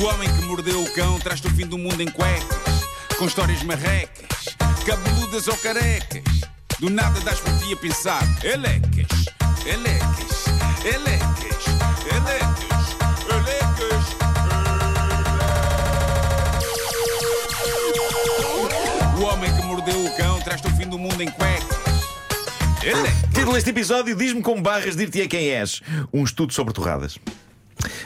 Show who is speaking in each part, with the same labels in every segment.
Speaker 1: O homem que mordeu o cão traz-te o fim do mundo em cuecas, com histórias marrecas, cabeludas ou carecas. Do nada das por ti a pensar, elecas, elecas, elecas, elecas, elecas. O homem que mordeu o cão traz-te o fim do mundo em cuecas. Elecas.
Speaker 2: Título deste episódio: Diz-me com barras, dir-te-ei quem és. Um estudo sobre torradas.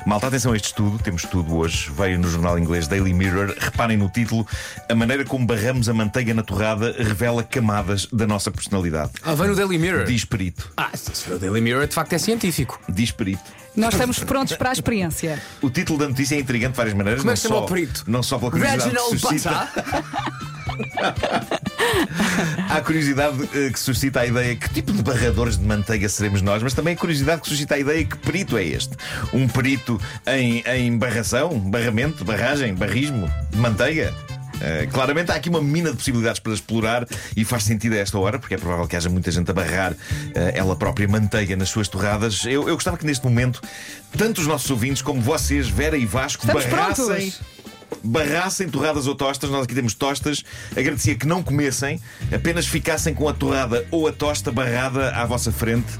Speaker 2: Malta, atenção a este estudo, temos estudo hoje, veio no jornal inglês Daily Mirror. Reparem no título: A maneira como barramos a manteiga na torrada revela camadas da nossa personalidade.
Speaker 3: Ah, vem no Daily Mirror.
Speaker 2: Diz perito,
Speaker 3: Ah, se isso for o Daily Mirror, de facto é científico.
Speaker 2: diz perito.
Speaker 4: Nós estamos prontos para a experiência.
Speaker 2: O título da notícia é intrigante de várias maneiras.
Speaker 3: Como é
Speaker 2: não
Speaker 3: que se chama
Speaker 2: só-
Speaker 3: o perito?
Speaker 2: Não só pela curiosidade que suscita. Há a curiosidade eh, que suscita a ideia que tipo de barradores de manteiga seremos nós, mas também a curiosidade que suscita a ideia que perito é este. Um perito em, em barração, barramento, barragem, barrismo, de manteiga. Eh, claramente há aqui uma mina de possibilidades para explorar e faz sentido a esta hora, porque é provável que haja muita gente a barrar eh, ela própria manteiga nas suas torradas. Eu, eu gostava que neste momento, tanto os nossos ouvintes como vocês, Vera e Vasco,
Speaker 4: Estamos
Speaker 2: barrassem
Speaker 4: prontos.
Speaker 2: barrassem torradas ou tostas, nós aqui temos tostas, agradecia que não comessem, apenas ficassem com a torrada ou a tosta barrada à vossa frente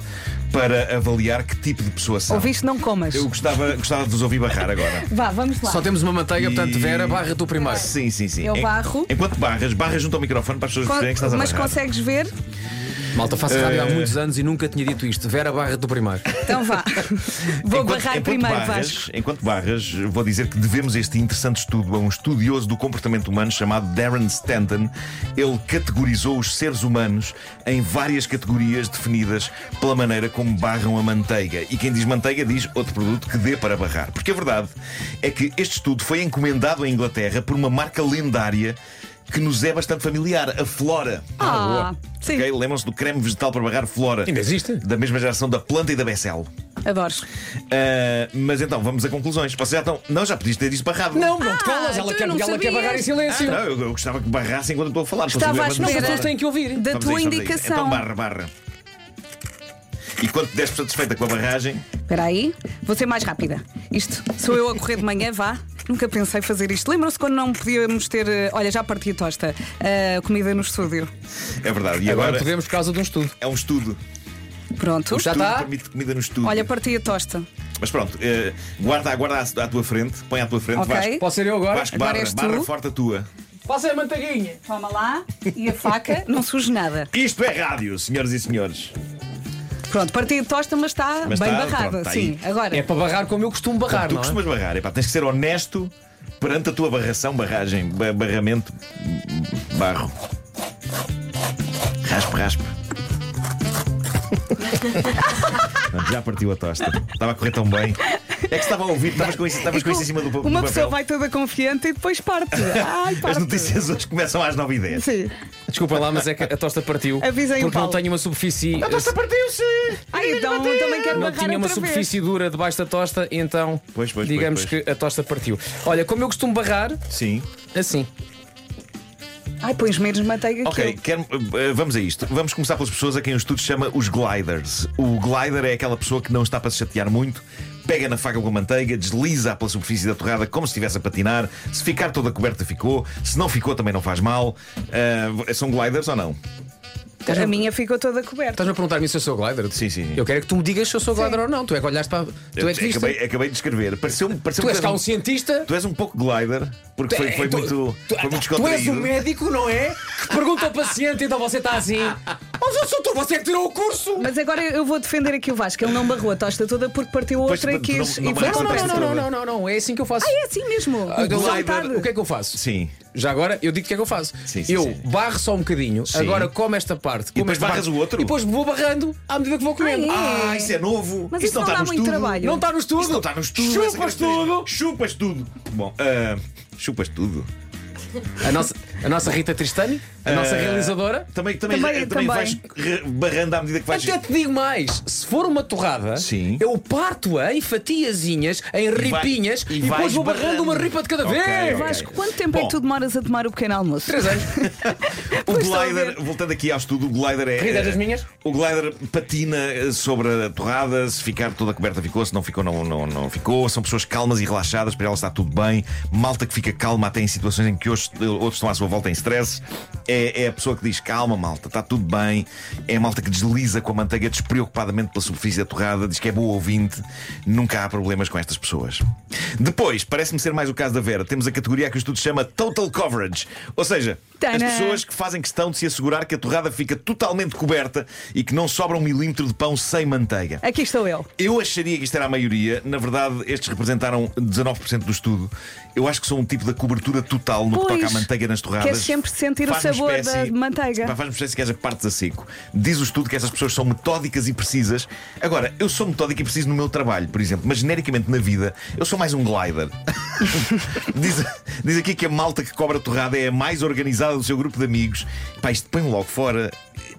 Speaker 2: para avaliar que tipo de pessoa são.
Speaker 4: Ouviste, não comas.
Speaker 2: Eu gostava, gostava de vos ouvir barrar agora.
Speaker 4: Vá, vamos lá.
Speaker 3: Só temos uma manteiga,
Speaker 2: E-
Speaker 3: portanto, Vera, barra tu primeiro.
Speaker 2: Sim, sim, sim.
Speaker 4: Eu
Speaker 2: En-
Speaker 4: barro.
Speaker 2: Enquanto barras, barras junto ao microfone para as pessoas
Speaker 4: Con-
Speaker 2: perceberem que estás a
Speaker 4: Mas
Speaker 2: barrar.
Speaker 4: consegues ver?
Speaker 3: Malta, faço rádio há
Speaker 2: Eh.
Speaker 3: muitos anos e nunca tinha dito isto. Vera, barra tu primeiro.
Speaker 4: Então vá. Vou
Speaker 2: Enquanto-
Speaker 4: barrar
Speaker 2: enquanto
Speaker 4: primeiro,
Speaker 2: barras,
Speaker 4: Vasco.
Speaker 2: Enquanto barras, vou dizer que devemos este interessante estudo a um estudioso do comportamento humano chamado Darren Stanton. Ele categorizou os seres humanos em várias categorias definidas pela maneira como barram a manteiga. E quem diz manteiga diz outro produto que dê para barrar. Porque a verdade é que este estudo foi encomendado em Inglaterra por uma marca lendária que nos é bastante familiar, a Flora.
Speaker 4: Ah, sim.
Speaker 2: Ok? Lembram-se do creme vegetal para barrar Flora.
Speaker 3: Ainda existe?
Speaker 2: Da mesma geração da planta e da Becel.
Speaker 4: Adoro.
Speaker 2: Uh, mas então, vamos a conclusões. Vocês já estão. Não, já podias ter disso barrado.
Speaker 3: não te calas,
Speaker 4: então
Speaker 3: ela,
Speaker 4: eu
Speaker 3: quer,
Speaker 4: não
Speaker 3: ela quer
Speaker 4: sabia.
Speaker 3: barrar em silêncio.
Speaker 2: Não, eu, eu gostava que barrassem enquanto eu estou a falar.
Speaker 4: Estava
Speaker 2: para
Speaker 4: à
Speaker 2: saber, mas-
Speaker 3: As
Speaker 4: espera.
Speaker 3: pessoas têm que ouvir.
Speaker 4: Da
Speaker 2: Vamos a
Speaker 4: tua
Speaker 2: isso, vamos a isso.
Speaker 4: indicação.
Speaker 2: Então, barra, barra. E quando te des por satisfeita com a barragem,
Speaker 4: Espera aí, vou ser mais rápida. Isto, sou eu a correr de manhã, vá. Nunca pensei fazer isto. Lembram-se quando não podíamos ter. eh, Olha, já parti a tosta. eh, comida no estúdio.
Speaker 2: é verdade. E
Speaker 3: Agora
Speaker 2: agora,
Speaker 3: podemos por causa de um estudo.
Speaker 2: é um estudo.
Speaker 4: Pronto.
Speaker 3: Já
Speaker 2: Tudo
Speaker 3: está?
Speaker 2: permite comida no estúdio.
Speaker 4: Olha, parti a tosta.
Speaker 2: Mas pronto, eh, guarda, guarda à, à tua frente, põe à tua frente,
Speaker 4: Ok.
Speaker 2: Vasco.
Speaker 3: Posso ser eu agora?
Speaker 2: Vasco,
Speaker 4: Agora
Speaker 2: barra,
Speaker 4: és tu.
Speaker 2: barra forte a tua.
Speaker 3: Passa a manteiguinha.
Speaker 4: Toma lá. E a faca, não surge nada.
Speaker 2: Isto é rádio, senhoras e senhores.
Speaker 4: Pronto, parti a tosta, mas está
Speaker 2: Mas
Speaker 4: bem
Speaker 2: está,
Speaker 4: barrada.
Speaker 2: pronto, está
Speaker 4: Sim,
Speaker 2: aí.
Speaker 4: agora.
Speaker 3: É para barrar como eu costumo barrar,
Speaker 2: tu
Speaker 3: não é?
Speaker 2: costumas barrar, epá, tens que ser honesto perante a tua barração, barragem, ba- barramento, barro. Raspe, raspe. Não, Já partiu a tosta. Estava a correr tão bem. É que estava a ouvir, estavas com isso, estavas
Speaker 4: E
Speaker 2: com isso
Speaker 4: com-
Speaker 2: em cima do, pa- do
Speaker 4: Uma
Speaker 2: papel.
Speaker 4: pessoa vai toda confiante e depois parte. Ai, parte.
Speaker 2: As notícias hoje começam às 9h10.
Speaker 4: Sim.
Speaker 3: Desculpa lá, mas é que a tosta partiu.
Speaker 4: Avisem o
Speaker 3: porque não
Speaker 4: Paulo.
Speaker 3: tenho uma superfície. eh,
Speaker 2: partiu-se!
Speaker 4: Ai, então também quero
Speaker 3: Não
Speaker 4: barrar
Speaker 3: tinha uma
Speaker 4: outra vez.
Speaker 3: superfície dura debaixo da tosta, então
Speaker 2: Pois, pois,
Speaker 3: digamos
Speaker 2: pois, pois.
Speaker 3: que a tosta partiu. Olha, como eu costumo barrar,
Speaker 2: Sim.
Speaker 3: assim.
Speaker 4: Ai, pões menos manteiga
Speaker 3: é
Speaker 2: Ok,
Speaker 4: que
Speaker 2: quero- eh, vamos a isto. Vamos começar pelas pessoas a quem o estudo chama os gliders. O glider é aquela pessoa que não está para se chatear muito, pega na faca com a manteiga, desliza pela superfície da torrada como se estivesse a patinar. Se ficar toda coberta, ficou. Se não ficou, também não faz mal. Ah, são gliders ou não?
Speaker 4: eu. A minha ficou toda coberta.
Speaker 3: Estás-me a perguntar-me se eu sou glider?
Speaker 2: Sim, sim.
Speaker 3: Eu quero é que tu me digas se eu sou glider ou não. Tu é que olhaste para. Tu é que viste.
Speaker 2: acabei, acabei de escrever. Pareceu-me pareceu
Speaker 3: Tu és cá um cientista.
Speaker 2: Tu és um pouco glider, porque foi, foi
Speaker 3: Tu-
Speaker 2: muito,
Speaker 3: tu,
Speaker 2: foi muito
Speaker 3: tu és
Speaker 2: descontraído.
Speaker 3: um médico, não é? Que pergunta ao paciente, então você está assim. Mas eu sou tu, você é que tirou o curso!
Speaker 4: Mas agora eu vou defender aqui o Vasco. Ele não barrou a tosta toda porque partiu
Speaker 2: Pois,
Speaker 4: outra e
Speaker 2: mas tu
Speaker 4: quis.
Speaker 2: não-
Speaker 4: e
Speaker 2: não
Speaker 4: foi
Speaker 2: marcas
Speaker 3: Não, não,
Speaker 4: para
Speaker 2: essa
Speaker 3: não,
Speaker 4: outra.
Speaker 3: não, não, não, não, não, é assim que eu faço.
Speaker 4: Ah, é assim mesmo.
Speaker 3: Ah, eu-
Speaker 4: Saltar.
Speaker 3: O que é que eu faço?
Speaker 2: Sim.
Speaker 3: Já agora, eu digo o que é que eu faço.
Speaker 2: Sim, sim,
Speaker 3: eu
Speaker 2: sim.
Speaker 3: barro só um bocadinho, agora como esta parte. como
Speaker 2: depois
Speaker 3: esta
Speaker 2: barras
Speaker 3: parte,
Speaker 2: o outro?
Speaker 3: E depois vou barrando à medida que vou comendo.
Speaker 4: Ah,
Speaker 2: Ah, isso é novo.
Speaker 4: Mas isso
Speaker 2: não
Speaker 4: não
Speaker 2: está
Speaker 4: dá
Speaker 2: no
Speaker 4: muito
Speaker 2: estudo.
Speaker 4: trabalho.
Speaker 3: Não está no estudo?
Speaker 2: Isto não está no estudo. essa
Speaker 3: Chupas
Speaker 2: característica.
Speaker 3: tudo!
Speaker 2: Chupas tudo. Bom, ah, chupas tudo.
Speaker 3: A nossa, a nossa Rita Tristani? A nossa
Speaker 2: Ah,
Speaker 3: realizadora.
Speaker 2: Também, também,
Speaker 4: Também-
Speaker 2: também,
Speaker 4: também.
Speaker 2: vais re- barrando à medida que vais.
Speaker 3: Até te digo mais, se for uma torrada,
Speaker 2: Sim.
Speaker 3: eu parto-a em fatiazinhas, em
Speaker 2: E vai-
Speaker 3: ripinhas
Speaker 2: e
Speaker 3: e, depois
Speaker 2: vais
Speaker 3: vou barrando
Speaker 2: barrando.
Speaker 3: uma ripa de cada
Speaker 2: Ok, ok.
Speaker 3: vez.
Speaker 4: Vasco, quanto tempo é
Speaker 2: Bom.
Speaker 4: que tu demoras a tomar o pequeno almoço?
Speaker 3: Três anos.
Speaker 2: O
Speaker 4: Pois estou a
Speaker 2: glider,
Speaker 4: ver.
Speaker 2: voltando aqui ao estudo, o glider é.
Speaker 3: Ridas das minhas?
Speaker 2: O glider patina eh, sobre a torrada, se ficar toda coberta ficou, se não ficou, não, não, não ficou. São pessoas calmas e relaxadas, para elas está tudo bem. Malta que fica calma até em situações em que hoje, eh, outros estão à sua volta em stress. É, é a pessoa que diz calma, malta, está tudo bem. É a malta que desliza com a manteiga despreocupadamente pela superfície da torrada, diz que é boa ouvinte. Nunca há problemas com estas pessoas. Depois, parece-me ser mais o caso da Vera, temos a categoria que o estudo chama Total Coverage. Ou seja, as
Speaker 4: Tadã!
Speaker 2: pessoas que fazem questão de se assegurar que a torrada fica totalmente coberta e que não sobra um milímetro de pão sem manteiga.
Speaker 4: Aqui estou eu.
Speaker 2: Eu acharia que isto era a maioria, na verdade, estes representaram 19% do estudo. Eu acho que são um tipo da cobertura total no que
Speaker 4: Pois.
Speaker 2: toca à manteiga nas torradas.
Speaker 4: Queres sempre sentir o
Speaker 2: Faz-me
Speaker 4: sabor da manteiga.
Speaker 2: Pá, Faz-me espécie que haja partes a seco. Diz o estudo que essas pessoas são metódicas e precisas. Agora, eu sou metódico e preciso no meu trabalho, por exemplo, mas genericamente na vida, eu sou mais um glider. diz, diz aqui que a malta que cobra torrada é a mais organizada do seu grupo de amigos. Pá, isto põe-me logo fora.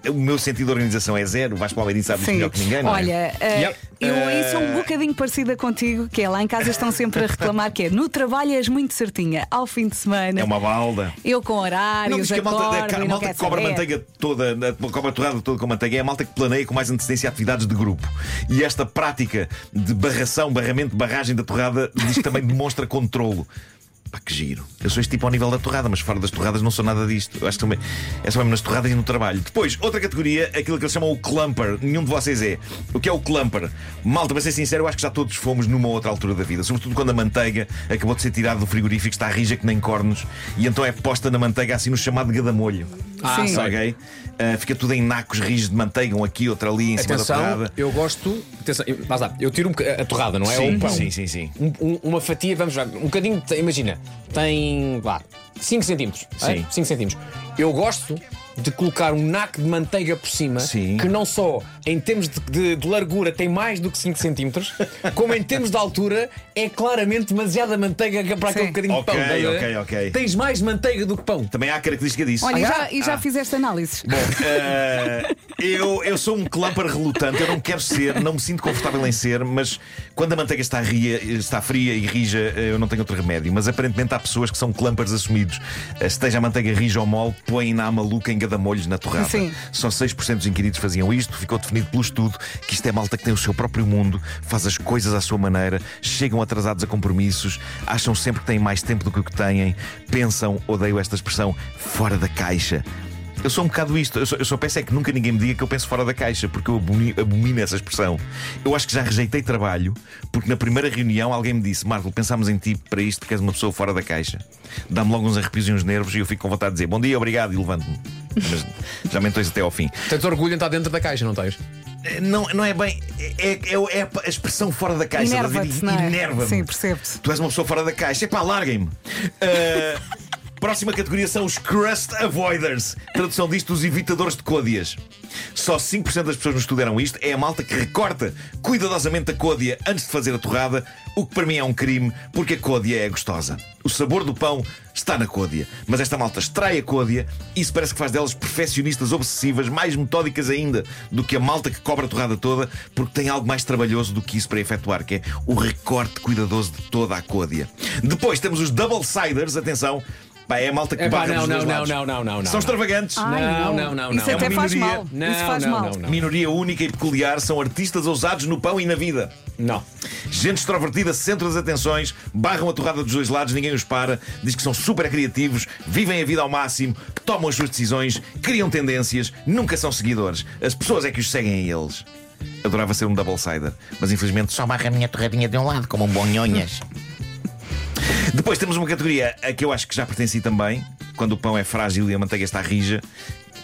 Speaker 2: O meu sentido de organização é zero. O Vasco Almeirinho sabe isto melhor que ninguém, não é?
Speaker 4: Olha, eh,
Speaker 3: Yep.
Speaker 4: eu aí
Speaker 2: Eh,
Speaker 4: sou um bocadinho parecida contigo, que é lá em casa estão sempre a reclamar que é no trabalho és muito certinha, ao fim de semana.
Speaker 2: É uma balda.
Speaker 4: Eu com
Speaker 2: Não
Speaker 4: horários,
Speaker 2: diz que a malta,
Speaker 4: acordo,
Speaker 2: a
Speaker 4: e
Speaker 2: ca-
Speaker 4: não
Speaker 2: a malta
Speaker 4: quer
Speaker 2: que cobra
Speaker 4: saber.
Speaker 2: manteiga toda, a- cobra a torrada toda com manteiga, é a malta que planeia com mais antecedência atividades de grupo. E esta prática de barração, barramento, barragem da torrada diz que também demonstra controlo. Pá, que giro. Eu sou este tipo ao nível da torrada, mas fora das torradas não sou nada disto. Eu acho que também. É só mesmo nas torradas e no trabalho. Depois, outra categoria, aquilo que eles chamam o clumper. Nenhum de vocês é. O que é o clumper? Malta, para ser sincero, eu acho que já todos fomos numa outra altura da vida. Sobretudo quando a manteiga acabou de ser tirada do frigorífico, está rija que nem cornos, e então é posta na manteiga assim no chamado gadamolho.
Speaker 3: Ah,
Speaker 4: Sim.
Speaker 2: Sabe, ok? Ah, fica tudo em nacos rijos de manteiga, um aqui, outro ali, em cima da
Speaker 3: Atenção,
Speaker 2: torrada.
Speaker 3: eu gosto. Atenção, eu- lá está, eu tiro um boca- a- a torrada, não é? Ou
Speaker 2: Sim,
Speaker 3: um pão.
Speaker 2: sim, sim, sim.
Speaker 3: Um- um- uma fatia, vamos lá, um bocadinho, de- imagina, tem, vá, 5 centímetros.
Speaker 2: Sim.
Speaker 3: 5 centímetros. Eu gosto de colocar um naco de manteiga por cima,
Speaker 2: Sim.
Speaker 3: que não só em termos de, de- de largura tem mais do que 5 centímetros, como em termos de altura é claramente demasiada manteiga é para aquele
Speaker 4: Sim.
Speaker 3: bocadinho
Speaker 2: Ok,
Speaker 3: de pão. estás a ver?
Speaker 2: ok, ok.
Speaker 3: Tens mais manteiga do que pão.
Speaker 2: Também há a característica disso.
Speaker 4: Olha, e
Speaker 3: Ah,
Speaker 4: já, e já fizeste análises.
Speaker 2: Uh, eu, eu sou um clamper relutante, eu não quero ser, não me sinto confortável em ser, mas quando a manteiga está, ria- está fria e rija, eu não tenho outro remédio. Mas aparentemente há pessoas que são clampers assumidos. Ah, Esteja a manteiga rija ou mole, põem-na à maluca em gadamolhos na torrada.
Speaker 4: Sim.
Speaker 2: Só 6% dos inquiridos faziam isto, ficou definido pelo estudo que isto é malta que tem o seu próprio mundo, faz as coisas à sua maneira, chegam atrasados a compromissos, acham sempre que têm mais tempo do que o que têm, pensam, odeio esta expressão, fora da caixa. Eu sou um bocado isto, eu só, eu só peço é que nunca ninguém me diga que eu penso fora da caixa, porque eu abomino, abomino essa expressão. Eu acho que já rejeitei trabalho, porque na primeira reunião alguém me disse: Marco, pensámos em ti para isto, porque és uma pessoa fora da caixa. Dá-me logo uns arrepios e uns nervos e eu fico com vontade de dizer bom dia, obrigado e levanto-me. Mas já mentou isso até ao fim.
Speaker 3: Tens orgulho em estar dentro da caixa, não tens?
Speaker 2: Não, não é bem. É, é, é a expressão fora da caixa,
Speaker 4: Inerva-te,
Speaker 2: David.
Speaker 4: não é?
Speaker 2: Inerva-me.
Speaker 4: Sim, percebo-te.
Speaker 2: Tu és uma pessoa fora da caixa. Epá, larguem-me. Ah, próxima categoria são os crust avoiders. Tradução disto, os evitadores de côdeas. Só 5% das pessoas no estudo eram isto. É a malta que recorta cuidadosamente a côdea antes de fazer a torrada, o que para mim é um crime, porque a côdea é gostosa. O sabor do pão está na côdea. Mas esta malta extrai a côdea e isso parece que faz delas perfeccionistas obsessivas, mais metódicas ainda do que a malta que cobra a torrada toda, porque tem algo mais trabalhoso do que isso para efetuar, que é o recorte cuidadoso de toda a côdea. Depois temos os double-siders, atenção. Pá, é a malta que
Speaker 3: Epá,
Speaker 2: barra
Speaker 3: não,
Speaker 2: dos dois
Speaker 3: não,
Speaker 2: lados.
Speaker 3: não, não, não, não,
Speaker 2: São
Speaker 3: não.
Speaker 2: extravagantes.
Speaker 4: Ai,
Speaker 3: Não, não, não,
Speaker 4: Isso
Speaker 3: não.
Speaker 4: até
Speaker 2: É uma
Speaker 4: faz
Speaker 2: minoria.
Speaker 4: mal.
Speaker 3: Não,
Speaker 4: Isso faz
Speaker 3: não,
Speaker 4: mal.
Speaker 3: não, não.
Speaker 2: Minoria única e peculiar são artistas ousados no pão e na vida.
Speaker 3: Não.
Speaker 2: Gente extrovertida, centro das atenções, barram a torrada dos dois lados, ninguém os para, diz que são super criativos, vivem a vida ao máximo, tomam as suas decisões, criam tendências, nunca são seguidores. As pessoas é que os seguem a eles. Adorava ser um double-sider, mas infelizmente só barra a minha torradinha de um lado, como um bonhonhas. Depois temos uma categoria a que eu acho que já pertenci também, quando o pão é frágil e a manteiga está rija.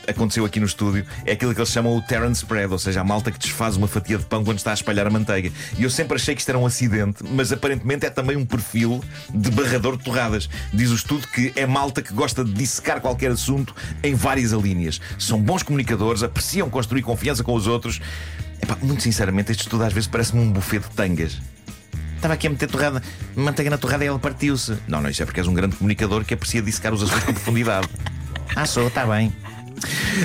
Speaker 2: Aconteceu aqui no estúdio, é aquilo que eles chamam o Terran Spread, ou seja, a malta que desfaz uma fatia de pão quando está a espalhar a manteiga. E eu sempre achei que isto era um acidente, mas aparentemente é também um perfil de barrador de torradas. Diz o estudo que é malta que gosta de dissecar qualquer assunto em várias alíneas. São bons comunicadores, apreciam construir confiança com os outros. Epá, muito sinceramente, este estudo às vezes parece-me um buffet de tangas. Estava aqui a meter torrada, manteiga na torrada e ela partiu-se. Não, não, isso é porque és um grande comunicador que aprecia dissecar os assuntos com profundidade. Ah, sou, está bem.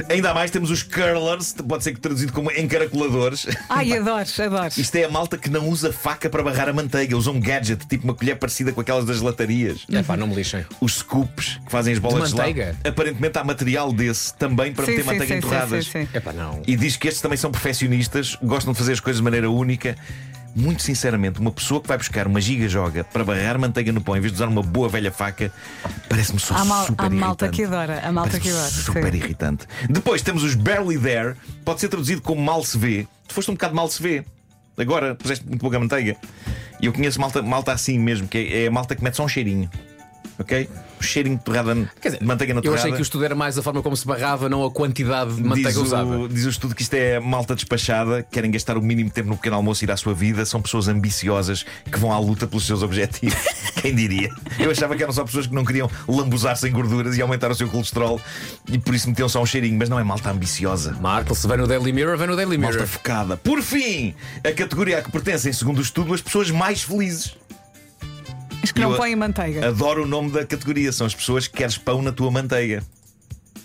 Speaker 2: Ainda há mais temos os curlers, pode ser que traduzido como encaracoladores.
Speaker 4: Ai, adoro, adoro.
Speaker 2: Isto é a malta que não usa faca para barrar a manteiga, usa um gadget, tipo uma colher parecida com aquelas das latarias.
Speaker 3: É pá, não me lixem.
Speaker 2: Os scoops que fazem as bolas
Speaker 3: De
Speaker 2: gelado.
Speaker 3: manteiga?
Speaker 2: Aparentemente há material desse também para
Speaker 4: Sim,
Speaker 2: meter
Speaker 4: sim,
Speaker 2: manteiga
Speaker 4: sim,
Speaker 2: em torradas.
Speaker 4: sim, sim, sim.
Speaker 3: É pá, não.
Speaker 2: E diz que estes também são profissionistas, gostam de fazer as coisas de maneira única. Muito sinceramente, uma pessoa que vai buscar uma giga joga para barrar manteiga no pão em vez de usar uma boa velha faca, parece-me só
Speaker 4: Há mal-
Speaker 2: é super
Speaker 4: há malta
Speaker 2: irritante.
Speaker 4: que adora, há malta
Speaker 2: Parece-me
Speaker 4: que adora,
Speaker 2: Super
Speaker 4: sim.
Speaker 2: irritante. Depois temos os barely there, pode ser traduzido como mal se vê. Tu foste um bocado mal se vê. Agora puseste muito pouca manteiga. E eu conheço malta, malta assim mesmo, que é, é a malta que mete só um cheirinho. Ok? O cheirinho de torrada,
Speaker 3: Quer dizer,
Speaker 2: de manteiga na
Speaker 3: eu
Speaker 2: torrada.
Speaker 3: achei que o estudo era mais a forma como se barrava, não a quantidade de manteiga
Speaker 2: diz
Speaker 3: usada.
Speaker 2: O, diz o estudo que isto é malta despachada, querem gastar o mínimo tempo no pequeno almoço e ir à sua vida, são pessoas ambiciosas que vão à luta pelos seus objetivos. Quem diria? Eu achava que eram só pessoas que não queriam lambuzar sem gorduras e aumentar o seu colesterol e por isso metiam só um cheirinho, mas não é malta ambiciosa.
Speaker 3: Marco, se vem no Daily Mirror, vem no Daily Mirror.
Speaker 2: Malta focada. Por fim, a categoria a que pertencem, segundo o estudo, as pessoas mais felizes.
Speaker 4: Os que não
Speaker 2: Eu-
Speaker 4: põem manteiga.
Speaker 2: Adoro o nome da categoria, são as pessoas que queres pão na tua manteiga.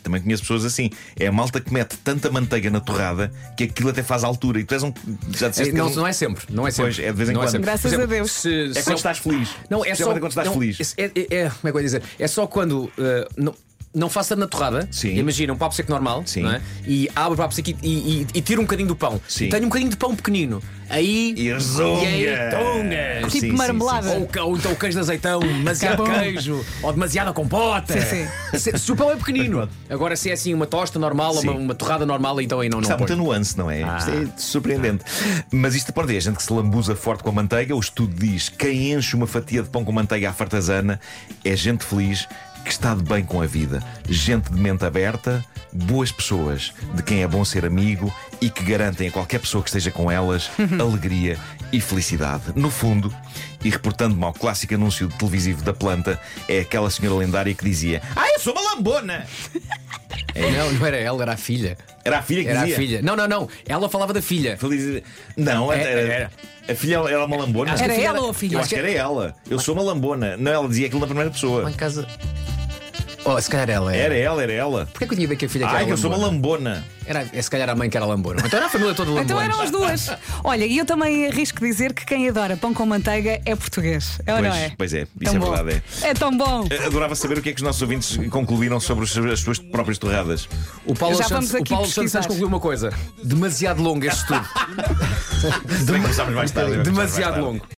Speaker 2: Também conheço pessoas assim. É a malta que mete tanta manteiga na torrada que aquilo até faz altura. E tu és um. Já
Speaker 3: É,
Speaker 2: disseste que
Speaker 3: não,
Speaker 2: és um-
Speaker 3: não é sempre, não é sempre.
Speaker 2: Pois, é de vez em
Speaker 3: Não
Speaker 2: quando.
Speaker 3: sempre.
Speaker 4: Graças
Speaker 3: Por exemplo,
Speaker 4: a Deus.
Speaker 3: se-
Speaker 2: É
Speaker 3: se
Speaker 2: quando estás feliz.
Speaker 3: Não, é só
Speaker 2: Especialmente quando estás
Speaker 3: não,
Speaker 2: feliz.
Speaker 3: É, é- é- como é que eu ia dizer? É só quando eh, não, não faça na torrada.
Speaker 2: Sim.
Speaker 3: Imagina um papo seco normal,
Speaker 2: Sim.
Speaker 3: não é? E abre o papo seco e, e, e- e tira um bocadinho do pão.
Speaker 2: Sim.
Speaker 3: E Tenho um bocadinho de pão pequenino. Aí
Speaker 2: E rezonga.
Speaker 3: E aí, tonga.
Speaker 2: Sim,
Speaker 4: Tipo
Speaker 2: sim, sim.
Speaker 4: marmelada.
Speaker 3: Ou, ca- ou então o queijo de azeitão, demasiado
Speaker 4: Acabou.
Speaker 3: queijo, ou demasiada compota.
Speaker 4: Sim,
Speaker 3: Se, se o pão é pequenino. Agora, se é assim uma tosta normal, ou
Speaker 2: Sim.
Speaker 3: uma, uma torrada normal, então aí não, Ah, tá. não
Speaker 2: Está muita
Speaker 3: põe.
Speaker 2: nuance, não é? Isto é surpreendente. Mas isto pode é gente que se lambuza forte com a manteiga. O estudo diz: quem enche uma fatia de pão com manteiga à fartazana é gente feliz que está de bem com a vida. Gente de mente aberta, boas pessoas, de quem é bom ser amigo e que garantem a qualquer pessoa que esteja com elas alegria e felicidade. No fundo, e reportando-me ao clássico anúncio televisivo da planta, é aquela senhora lendária que dizia: Ah, eu sou uma lambona!
Speaker 3: É, Não, não era ela, era a filha.
Speaker 2: Era a filha que
Speaker 3: Era a
Speaker 2: dizia.
Speaker 3: filha. Não, não, não. Ela falava da filha.
Speaker 2: Feliz... Não,
Speaker 3: É,
Speaker 2: era,
Speaker 3: era.
Speaker 2: A filha era uma lambona.
Speaker 3: Acho que
Speaker 4: Era
Speaker 3: a filha
Speaker 4: ela ou a filha?
Speaker 2: Eu acho que era ela. Eu sou uma lambona. Não, ela dizia aquilo na primeira pessoa.
Speaker 3: Lá em casa. Oh, se calhar ela
Speaker 2: Era ela, era ela.
Speaker 3: Porquê que eu tinha ideia que a filha que
Speaker 2: Ai,
Speaker 3: era
Speaker 2: que eu sou uma
Speaker 3: lambona?
Speaker 2: lambona.
Speaker 3: Era, é se calhar a mãe que era lambona. Então era a família toda lambona.
Speaker 4: Então eram as duas. Olha, e eu também arrisco dizer que quem adora pão com manteiga é português. É ou não
Speaker 2: Pois-
Speaker 4: é?
Speaker 2: pois é, isso
Speaker 4: Tão
Speaker 2: é
Speaker 4: bom.
Speaker 2: verdade,
Speaker 4: É tão bom.
Speaker 2: Eu Adorava saber o que é que os nossos ouvintes concluíram sobre os- as suas próprias torradas.
Speaker 3: O Paulo
Speaker 4: Já
Speaker 3: Santos,
Speaker 4: vamos
Speaker 3: o
Speaker 4: aqui
Speaker 3: Paulo Santos
Speaker 4: pesquisar.
Speaker 3: concluiu uma coisa: demasiado longo este estudo.
Speaker 2: Tá Bem, começámos mais tarde, bem, começámos mais
Speaker 3: demasiado
Speaker 2: tarde.
Speaker 3: longo.